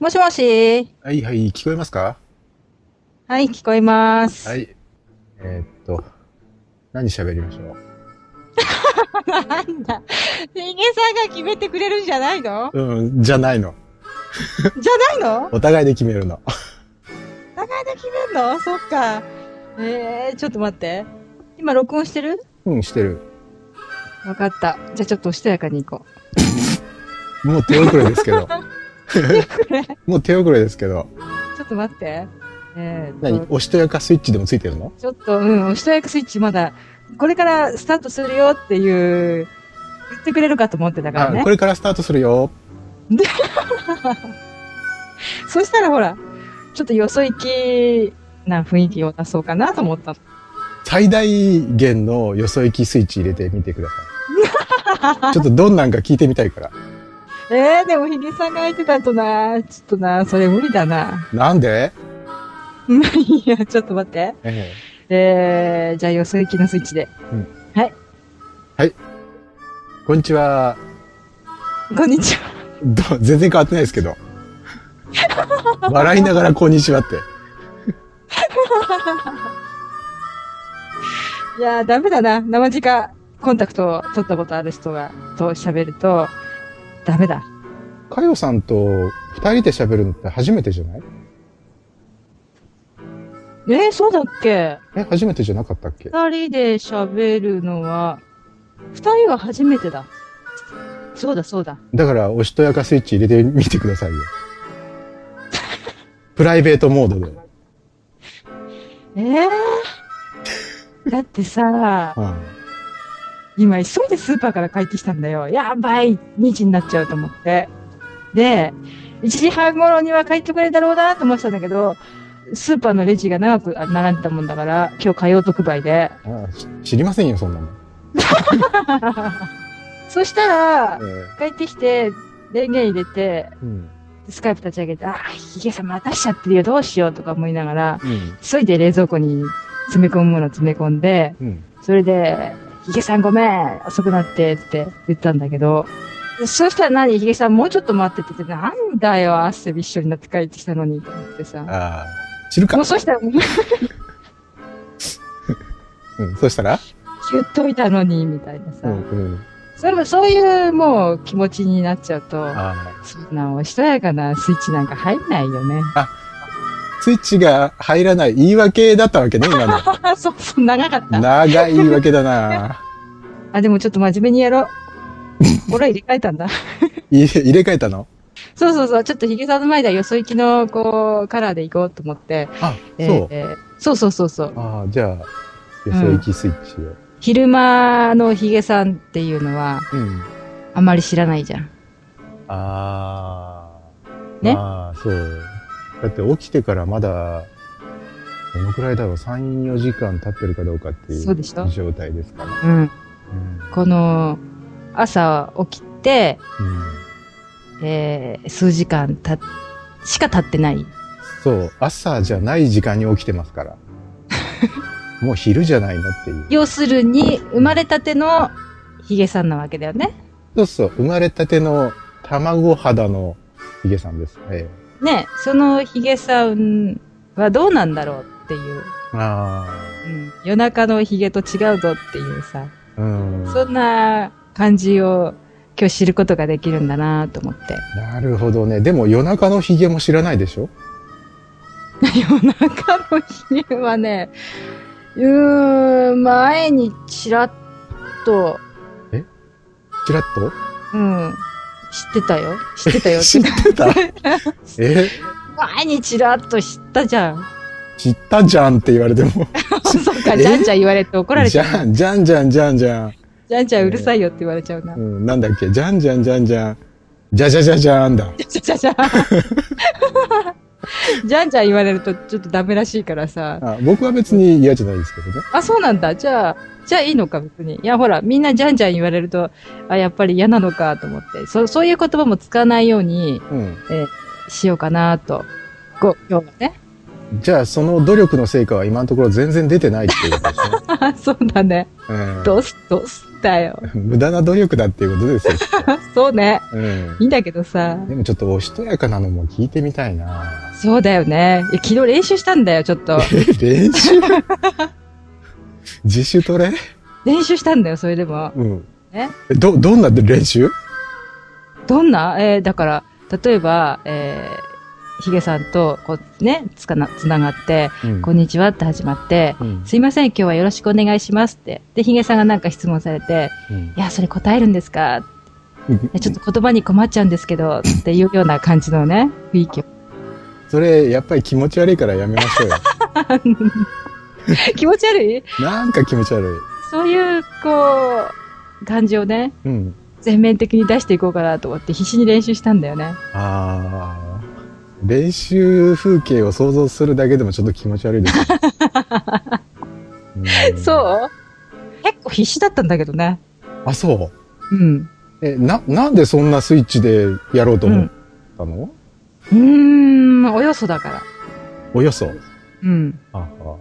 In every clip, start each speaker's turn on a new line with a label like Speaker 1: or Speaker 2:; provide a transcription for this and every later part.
Speaker 1: もしもし。
Speaker 2: はいはい、聞こえますか
Speaker 1: はい、聞こえます。
Speaker 2: はい。えーっと、何喋りましょ う
Speaker 1: なんだ。人間さんが決めてくれるんじゃないの
Speaker 2: うん、じゃないの。
Speaker 1: じゃないの
Speaker 2: お互いで決めるの。
Speaker 1: お互いで決めんのそっか。えー、ちょっと待って。今録音してる
Speaker 2: うん、してる。
Speaker 1: わかった。じゃあちょっとおしとやかに行こ
Speaker 2: もう手遅れですけ ど。もう手遅れですけど。
Speaker 1: う。ちょっと待って。え
Speaker 2: 何
Speaker 1: ーっと、
Speaker 2: おしとやかスイッチでもついてるの
Speaker 1: ちょっと、うん、おしとやかスイッチまだ、これからスタートするよっていう、言ってくれるかと思ってたから
Speaker 2: あ、
Speaker 1: ね
Speaker 2: こ。れからスタートするよ。
Speaker 1: そしたらほら、ちょっとよそ行きな雰囲気を出そうかなと思ったの
Speaker 2: 最大限のよそ行きスイッチ入れてみてください。 ちょっとどんなんか聞いてみたいから。
Speaker 1: えー、でもヒゲさんが相手だとな、ちょっとな、それ無理だな。
Speaker 2: なんで、
Speaker 1: いや、ちょっと待って。
Speaker 2: え
Speaker 1: えー、じゃあよそ行きのスイッチで。
Speaker 2: えこんにちは。
Speaker 1: こんにちは。
Speaker 2: ど全然変わってないですけど。笑いながらこんにちはって。
Speaker 1: いやー、ダメだな。生直コンタクトを取ったことある人が、と喋ると、ダメだ。
Speaker 2: かよさんと二人で喋るのって初めてじゃない
Speaker 1: えー、そうだっけ
Speaker 2: え、初めてじゃなかったっけ
Speaker 1: 二人で喋るのは、二人は初めてだ。そうだ、そうだ。
Speaker 2: だから、おしとやかスイッチ入れてみてください よ。プライベートモードで。
Speaker 1: えー、だってさ、
Speaker 2: うん
Speaker 1: 今急いでスーパーから帰ってきたんだよ。やばい !2 時になっちゃうと思って。で、1時半頃には帰ってくれるだろうなと思ってたんだけど、スーパーのレジが長くあ並んでたもんだから、今日火曜特売で。
Speaker 2: ああし知りませんよ、そんなの。
Speaker 1: そしたら、
Speaker 2: え
Speaker 1: 帰ってきて、電源入れて、
Speaker 2: えうん。
Speaker 1: スカイプ立ち上げて、あー、ヒゲさん待たしちゃってるよ、どうしようとか思いながら、
Speaker 2: うん。
Speaker 1: 急いで冷蔵庫に詰め込むもの詰め込んで、
Speaker 2: うん。
Speaker 1: それで、ヒゲさんごめん遅くなってって言ったんだけど、そしたら何ヒゲさんもうちょっと待っててって、なんだよ汗びっしょりになって帰ってきたのにと思ってさ。
Speaker 2: ああ、知るか
Speaker 1: もう。そしたら、もう
Speaker 2: うん。そしたら
Speaker 1: 言っといたのに、みたいなさ。
Speaker 2: うん。うん。
Speaker 1: それもそういうもう気持ちになっちゃうと、
Speaker 2: あ
Speaker 1: そんなおしとやかなスイッチなんか入んないよね。
Speaker 2: あ。スイッチが入らない言い訳だったわけね、 今の。
Speaker 1: あ、そうそう、長かった。
Speaker 2: 長い言い訳だな。
Speaker 1: あ、でもちょっと真面目にやろう。 俺は入れ替えたんだ。
Speaker 2: い入れ替えたの
Speaker 1: そうそうそう、ちょっとヒゲさんの前ではよそ行きの、こう、カラーで行こうと思って、
Speaker 2: あ、
Speaker 1: え
Speaker 2: そう。
Speaker 1: ーそうそうそうそう。
Speaker 2: ああ、じゃあ、よそ行きスイッチを。
Speaker 1: 昼間のヒゲさんっていうのは、
Speaker 2: うん。
Speaker 1: あまり知らないじゃん。
Speaker 2: ああ。
Speaker 1: ね
Speaker 2: まあ、そう。だって起きてからまだ、どのくらいだろう、3、4時間経ってるかどうかってい
Speaker 1: そう
Speaker 2: う
Speaker 1: でしょ
Speaker 2: 状態ですから。
Speaker 1: うん。
Speaker 2: うん
Speaker 1: この、朝起きて、
Speaker 2: うん
Speaker 1: えー、数時間た、しか経ってない。
Speaker 2: そう、朝じゃない時間に起きてます から。もう昼じゃないのっていう。
Speaker 1: 要するに、生まれたてのヒゲさんなわけだよね。
Speaker 2: そうそう、生まれたての卵肌のヒゲさんです。え
Speaker 1: ね、そのヒゲさんはどうなんだろうっていう。
Speaker 2: えあ
Speaker 1: うん。夜中のヒゲと違うぞっていうさ、
Speaker 2: あ、うん。
Speaker 1: そんな感じを今日知ることができるんだなと思って。
Speaker 2: なるほどね。でも夜中のヒゲも知らないでしょ
Speaker 1: 夜中のヒゲはね、うーん、前にちらっと、
Speaker 2: ちらっと
Speaker 1: うん、知ってたよ。知ってたよ
Speaker 2: 知ってたえ
Speaker 1: 前にちらっと知ったじゃん。
Speaker 2: 知ったじゃんって言われても。
Speaker 1: そっか、じゃんじゃん言われて怒られち
Speaker 2: じ
Speaker 1: ゃう。
Speaker 2: ゃん、じゃんじゃんじゃんじゃん。
Speaker 1: じゃんじゃんうるさいよって言われちゃうな
Speaker 2: う。ん、なんだっけ、じゃんじゃんじゃんじゃん。じゃじゃじゃじゃーんだ。
Speaker 1: じゃじゃじゃ。じゃんじゃん言われるとちょっとダメらしいからさ。
Speaker 2: あ僕は別に嫌じゃないですけどね。
Speaker 1: あ、そうなんだ。じゃあ、じゃあいいのか、別に。いや、ほら、みんなじゃんじゃん言われると、あ、やっぱり嫌なのかと思って。そそういう言葉も使わないように、
Speaker 2: う
Speaker 1: えーしようかなと。ご、今日はね。
Speaker 2: ん。じゃあ、その努力の成果は今のところ全然出てないっていうことですね。
Speaker 1: あそうだね。
Speaker 2: うん
Speaker 1: どうす、どうす、たよ。
Speaker 2: 無駄な努力だっていうことですよ。
Speaker 1: そうね。
Speaker 2: うん
Speaker 1: いいんだけどさ。
Speaker 2: でもちょっとおしとやかなのも聞いてみたいな
Speaker 1: そうだよね。いや昨日練習したんだよ、ちょっと。
Speaker 2: 練 習自主トレ
Speaker 1: 練習したんだよ、それでも。
Speaker 2: うん。
Speaker 1: え
Speaker 2: えど、どんな練習
Speaker 1: どんなえーだから、例えば、えーヒゲさんと、こう、ね、つかな、つながって、
Speaker 2: うん
Speaker 1: こんにちはって始まって、
Speaker 2: うん
Speaker 1: すいません、今日はよろしくお願いしますって。で、ヒゲさんがなんか質問されて、
Speaker 2: うん
Speaker 1: いや、それ答えるんですか
Speaker 2: うん
Speaker 1: えちょっと言葉に困っちゃうんですけど、っていうような感じのね、雰囲気を。
Speaker 2: それ、やっぱり気持ち悪いからやめましょうよ。
Speaker 1: 気持ち悪い
Speaker 2: なんか気持ち悪
Speaker 1: そういう、こう、感じをね、
Speaker 2: い。うん。
Speaker 1: 全面的に出していこうかなと思って必死に練習したんだよね。
Speaker 2: ああ。練習風景を想像するだけでもちょっと気持ち悪いですよ。う ん
Speaker 1: そう結構必死だったんだけどね。
Speaker 2: あ、そう。
Speaker 1: うん。
Speaker 2: え、な、なんでそんなスイッチでやろうと思ったの、
Speaker 1: うーん、およそだから。
Speaker 2: およそ。
Speaker 1: うん。
Speaker 2: ああ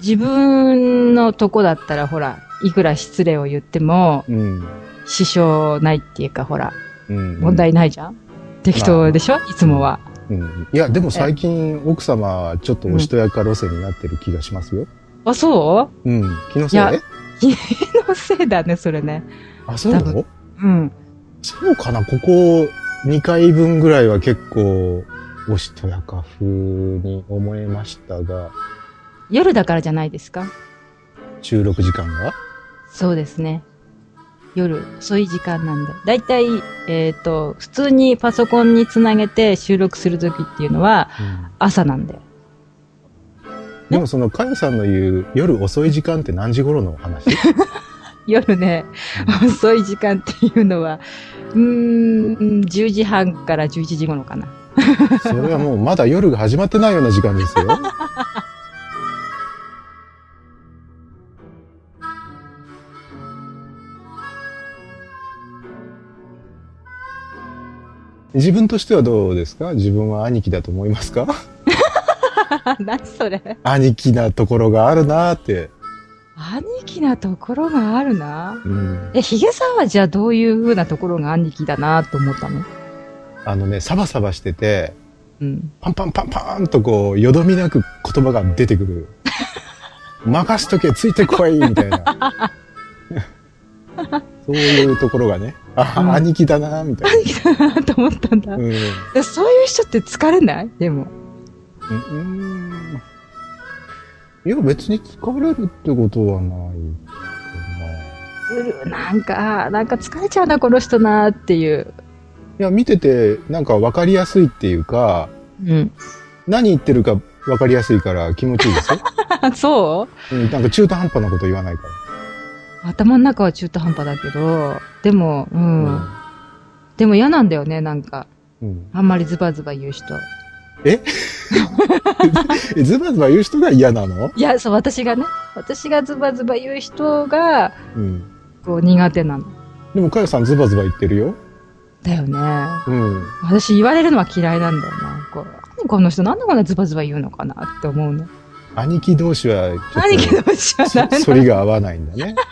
Speaker 1: 自分のとこだったらほら、いくら失礼を言っても、
Speaker 2: うん。
Speaker 1: 支障ないっていうかほら、
Speaker 2: うん。
Speaker 1: 問題ないじゃん、適当でしょいつもは。
Speaker 2: うん。いや、でも最近奥様はちょっとおしとやか路線になってる気がしますよ。
Speaker 1: あ、そ
Speaker 2: うん。気のせい
Speaker 1: いやう気のせいだね、それね。
Speaker 2: あ、そうな
Speaker 1: 多
Speaker 2: の
Speaker 1: うん。
Speaker 2: そうかなここ2回分ぐらいは結構おしとやか風に思えましたが、
Speaker 1: 夜だからじゃないですか
Speaker 2: 収録時間が
Speaker 1: そうですね。夜、遅い時間なんで。だいたい、えっ、と、普通にパソコンにつなげて収録するときっていうのは朝なんで。
Speaker 2: でもその、かよさんの言う夜遅い時間って何時頃の 話
Speaker 1: 夜ね、 遅い時間っていうのは、うーん、10時半から11時頃かな。
Speaker 2: それはもうまだ夜が始まってないような時間ですよ。自分としてはどうですか自分は兄貴だと思いますか
Speaker 1: 何それ
Speaker 2: 兄貴なところがあるなーって。
Speaker 1: 兄貴なところがあるな。
Speaker 2: うん。
Speaker 1: え、ヒゲさんはじゃあどういう風なところが兄貴だなと思ったの
Speaker 2: あのね、サバサバしてて、
Speaker 1: うん。
Speaker 2: パンパンパンパーンとこう、よどみなく言葉が出てくる。任しとけ、ついてこいみたいな。そういうところがね、あ、
Speaker 1: うん
Speaker 2: 兄貴だな、みたい
Speaker 1: と思ったんだ
Speaker 2: な。う。ん。
Speaker 1: でそういう人って疲れないでも。
Speaker 2: うん。いや、別に疲れるってことはないかな。
Speaker 1: うる、なんか、あーなんか疲れちゃうな、この人なーっていう。
Speaker 2: いや、見てて、なんか分かりやすいっていうか、
Speaker 1: うん。
Speaker 2: 何言ってるか分かりやすいから気持ちいいですよ。
Speaker 1: そう
Speaker 2: うん、なんか中途半端なこと言わないか
Speaker 1: 頭の中は中途半端だけど、でも、う
Speaker 2: ら。
Speaker 1: ん。でも嫌なんだよね、なんか。
Speaker 2: うん。うん
Speaker 1: あんまりズバズバ言う人。
Speaker 2: えズバズバ言う人が嫌なの
Speaker 1: いや、そう、私がね。私がズバズバ言う人が、
Speaker 2: うん。
Speaker 1: こう、苦手なの。
Speaker 2: でも、かよさんズバズバ言ってるよ。
Speaker 1: だよね。
Speaker 2: うん。
Speaker 1: 私言われるのは嫌いなんだよね。こう、何この人、なんでこんなズバズバ言うのかなって思うの。
Speaker 2: 兄貴同士は、
Speaker 1: 何け
Speaker 2: ちょっ
Speaker 1: ど知ら
Speaker 2: と、
Speaker 1: ない
Speaker 2: そ反りが合わないんだね。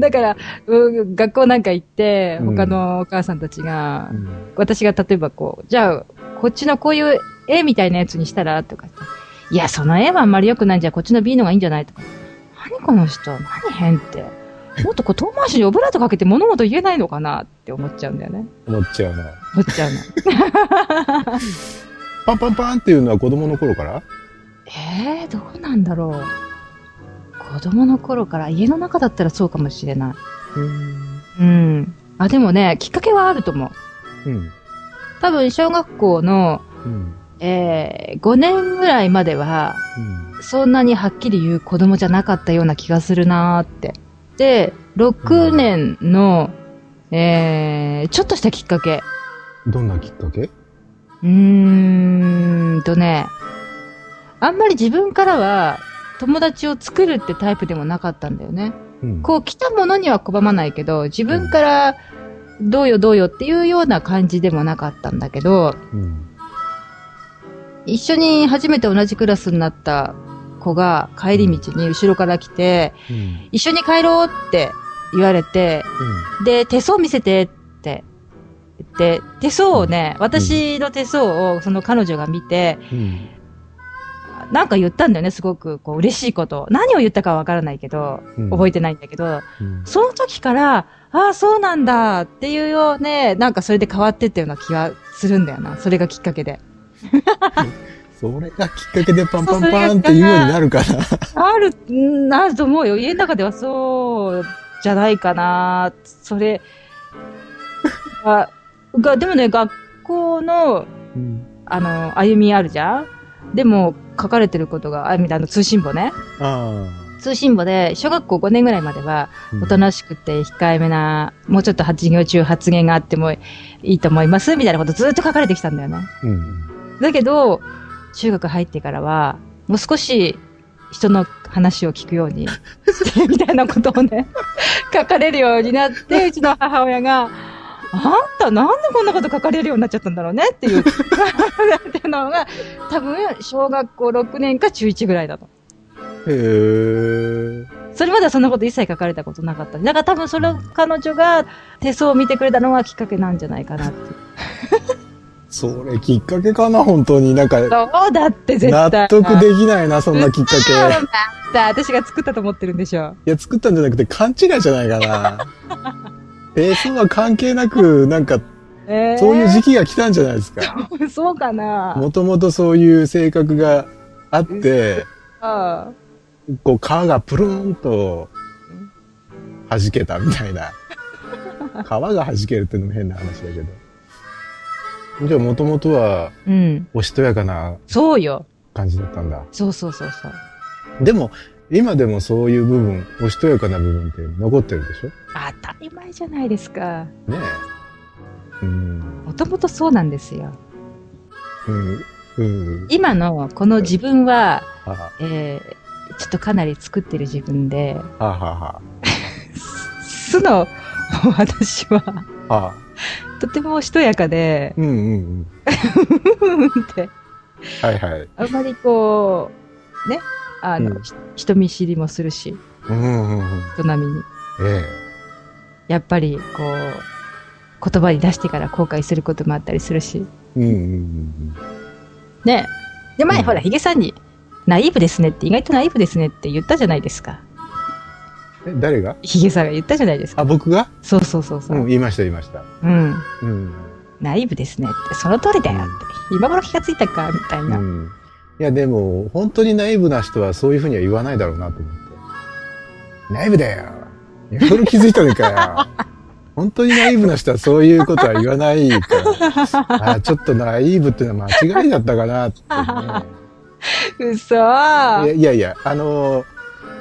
Speaker 1: だから、うん学校なんか行って、
Speaker 2: うん
Speaker 1: 他のお母さんたちが、
Speaker 2: うん、
Speaker 1: 私が例えばこう、じゃあ、こっちのこういう絵みたいなやつにしたらとか言って、いや、その絵はあんまり良くないんじゃ、こっちの B のがいいんじゃないとか。何この人、何変って。もっとこう遠回しにオブラートかけて物事言えないのかなって思っちゃうんだよね。
Speaker 2: 思っちゃうな。
Speaker 1: 思っちゃうの。
Speaker 2: パンパンパンっていうのは子供の頃から
Speaker 1: えー、どうなんだろう。子供の頃から、家の中だったらそうかもしれない。
Speaker 2: うん。
Speaker 1: うん。あ、でもね、きっかけはあると思う。
Speaker 2: うん。
Speaker 1: 多分、小学校の、
Speaker 2: うん。
Speaker 1: えー、5年ぐらいまでは、そんなにはっきり言う子供じゃなかったような気がするなーって。で、6年の、えー、ちょっとしたきっかけ。
Speaker 2: どんなきっかけ
Speaker 1: うーんとね、あんまり自分からは友達を作るってタイプでもなかったんだよね。
Speaker 2: うん。
Speaker 1: こう来たものには拒まないけど、自分からどうよどうよっていうような感じでもなかったんだけど、
Speaker 2: うん。
Speaker 1: 一緒に初めて同じクラスになった子が帰り道に後ろから来て、
Speaker 2: うん。
Speaker 1: 一緒に帰ろうって言われて、で、手相見せてって言って、手相をね、私の手相をその彼女が見て、
Speaker 2: うん。
Speaker 1: なんか言ったんだよね、すごくこう嬉しいこと。何を言ったかわからないけど、
Speaker 2: うん。
Speaker 1: 覚え
Speaker 2: え
Speaker 1: てないんだけど、
Speaker 2: て。うん。
Speaker 1: その時から、ああ、そうなんだっていうようね、なんかそれで変わってったような気がするんだよな。それがきっかけで。
Speaker 2: それがきっかけでパンパンパンっていうようになるから。
Speaker 1: ある、んあると思うよ。家の中ではそうじゃないかな。そ れが、がでもね、学校の、
Speaker 2: うん。
Speaker 1: あの、歩みあるじゃんでも、書かれてることが、あみあの、通信簿ね。
Speaker 2: あ
Speaker 1: 通信簿で、小学校5年ぐらいまでは、
Speaker 2: あ。うん
Speaker 1: おと。なしくて控えめな、もうちょっと発業中発言があってもいいと思います、みたいなことずっと書かれてきたんだよね。
Speaker 2: うん。
Speaker 1: だけど、中学入ってからは、もう少し人の話を聞くように して、みたいなことをね、書かれるようになって、うちの母親が、あんたなんでこんなこと書かれるようになっちゃったんだろうねっていう、っていうのが、多分、小学校6年か中1ぐらいだと。
Speaker 2: へえ。
Speaker 1: それまではそんなこと一切書かれたことなかった。だから多分それ彼女が手相を見てくれたのがきっかけなんじゃないかなって。
Speaker 2: それきっかけかな、本当に。なんか、
Speaker 1: そうだって絶対。
Speaker 2: 納得できないな、そんなきっかけ。
Speaker 1: そうなんだ。私が作ったと思ってるんでしょ。
Speaker 2: いや、作ったんじゃなくて勘違いじゃないかな。えー、そんな関係なく、なんか、
Speaker 1: えー
Speaker 2: そういう時期が来たんじゃないですか。
Speaker 1: そうかな
Speaker 2: もともとそういう性格があって、
Speaker 1: あ
Speaker 2: こう、皮がプルーンと弾けたみたいな。皮が弾けるっていうのも変な話だけど。じゃあ、もともとは、
Speaker 1: うん。
Speaker 2: おしとやかな
Speaker 1: そうよ。
Speaker 2: 感じだったんだ。
Speaker 1: そうそうそうそう。
Speaker 2: でも、今でもそういう部分、おしとやかな部分って残ってるでしょ
Speaker 1: 当たり前じゃないですか。
Speaker 2: ねえ。うん。
Speaker 1: もともとそうなんですよ。
Speaker 2: うん。うん。
Speaker 1: 今のこの自分は、
Speaker 2: はは
Speaker 1: えー、ちょっとかなり作ってる自分で、
Speaker 2: はあ、は
Speaker 1: 素の私は、
Speaker 2: あ、はあ。
Speaker 1: とてもおしとやかで、
Speaker 2: うんうんうん。
Speaker 1: ふんふんって、
Speaker 2: はいはい。
Speaker 1: あんまりこう、ね、あの、
Speaker 2: うん
Speaker 1: ひ人見知りもするし、
Speaker 2: うんうんうん。
Speaker 1: 人並みに。
Speaker 2: え
Speaker 1: やっぱり、こう、言葉に出してから後悔することもあったりするし。
Speaker 2: え。うんうんうん
Speaker 1: ねえ。で、前、
Speaker 2: うん
Speaker 1: ほら、ヒゲさんに、ナイーブですねって、意外とナイーブですねって言ったじゃないですか。
Speaker 2: うん。え、誰が
Speaker 1: ヒゲさんが言ったじゃないですか。
Speaker 2: あ、僕が、
Speaker 1: そうそうそうそうう。うんん。
Speaker 2: 言いました言いました。うん。
Speaker 1: ナイーブですねって、その通りだよって。今頃気がついたか、みたいうな。
Speaker 2: ん。いやでも、本当にナイブな人はそういうふうには言わないだろうなと思って。ナイブだよいやそれ気づいたのかよ 本当にナイブな人はそういうことは言わないから。あ、ちょっとナイブっていうのは間違いだったかなって、ね。
Speaker 1: うそ
Speaker 2: いや
Speaker 1: ー。
Speaker 2: いやいや、あのー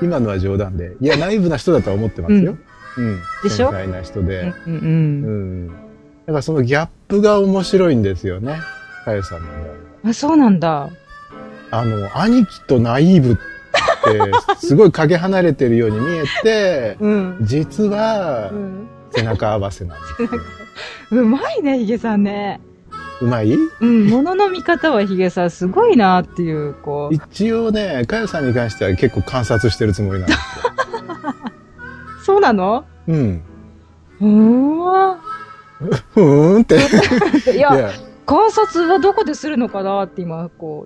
Speaker 2: 今のは冗談で。いや、ナイブな人だとは思ってますよ。うん。
Speaker 1: でしょ
Speaker 2: 繊細な人で。
Speaker 1: うんう
Speaker 2: うんん。だからそのギャップが面白いんですよね。かよさんの場合は。
Speaker 1: うん。あ、そうなんだ。
Speaker 2: あの、兄貴とナイーブって、すごいかけ離れてるように見えて、
Speaker 1: うん。
Speaker 2: 実は
Speaker 1: う、ん。
Speaker 2: 背中合わせなんですよ。
Speaker 1: うまいね、ヒゲさんね。
Speaker 2: うまい
Speaker 1: うん。物の見方はヒゲさん、すごいなっていう、こう。
Speaker 2: 一応ね、かよさんに関しては結構観察してるつもりなん ですよ。
Speaker 1: そうなの
Speaker 2: うん。
Speaker 1: うーん。
Speaker 2: ふーんって。い
Speaker 1: いや、
Speaker 2: や、
Speaker 1: 観察はどこでするのかなって今、こ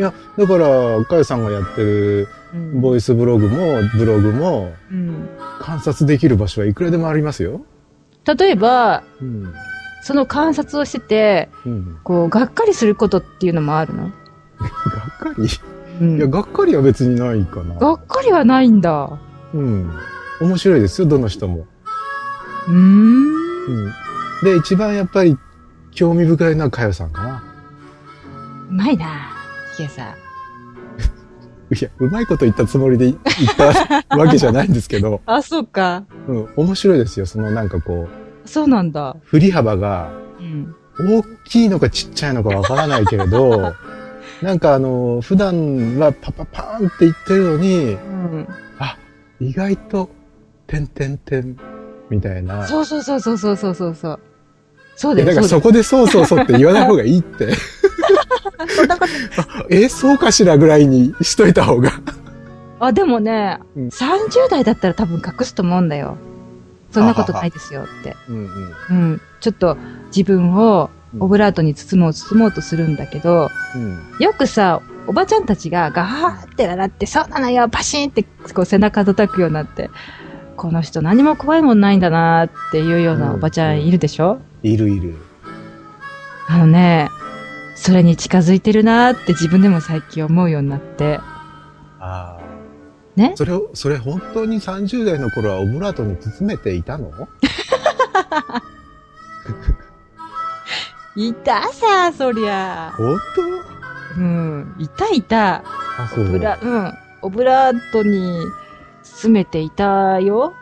Speaker 2: いや、だから、かよさんがやってる
Speaker 1: う。うん
Speaker 2: ボイスブログも、ブログも、
Speaker 1: うん。
Speaker 2: 観察できる場所はいくらでもありますよ。
Speaker 1: 例えば、
Speaker 2: うん。
Speaker 1: その観察をしてて、
Speaker 2: うん。
Speaker 1: こう、がっかりすることっていうのもあるの。
Speaker 2: がっかりいうや、
Speaker 1: ん。
Speaker 2: がっかりは別にないかな。
Speaker 1: がっかりはないんだ。
Speaker 2: うん。面白いですよ、どの人も。
Speaker 1: うーん。
Speaker 2: うん。で、一番やっぱり興味深いのはかよさんかな。
Speaker 1: うまいな、ヒゲさん。
Speaker 2: いや、うまいこと言ったつもりで言ったわけじゃないんですけど、
Speaker 1: あ、そうか。
Speaker 2: うん、面白いですよ。そのなんかこう、
Speaker 1: そうなんだ。
Speaker 2: 振り幅が
Speaker 1: うん。
Speaker 2: 大きいのかちっちゃいのかわからないけ れど、なんかあの、普段はパパパーンって言ってるのに、
Speaker 1: うん。
Speaker 2: 意外と、てんてんてん、みたいな。
Speaker 1: そうそうそうそうそうそうそう。そう
Speaker 2: い
Speaker 1: だ
Speaker 2: や、だ
Speaker 1: よ
Speaker 2: か
Speaker 1: そ
Speaker 2: らそう
Speaker 1: だよ。
Speaker 2: こでそうそうそうって言わない方がいいって。
Speaker 1: そんなこと。
Speaker 2: え、そうかしらぐらいにしといた方が。
Speaker 1: あ、でもね、
Speaker 2: うん
Speaker 1: 30代だったら多分隠すと思うんだよ。そんなことないですよって。
Speaker 2: うんうん。
Speaker 1: うん。ちょっと自分をオブラートに包もう、包もうとするんだけど、
Speaker 2: うん。
Speaker 1: よくさ、おばちゃんたちがガーってなって、そうなのよ、パシーンってこう背中叩くようになって、この人何も怖いもんないんだなーっていうようなおばちゃんいるでしょ、
Speaker 2: いるいる。
Speaker 1: あのね、それに近づいてるなーって自分でも最近思うようになって。
Speaker 2: ああ。
Speaker 1: ね
Speaker 2: それを、それ本当に30代の頃はオブラートに包めていたの
Speaker 1: いたさ、そりゃ。
Speaker 2: 本当
Speaker 1: うん、いたいた。
Speaker 2: あ、
Speaker 1: オブラ、うん、オブラートに詰めていたよ。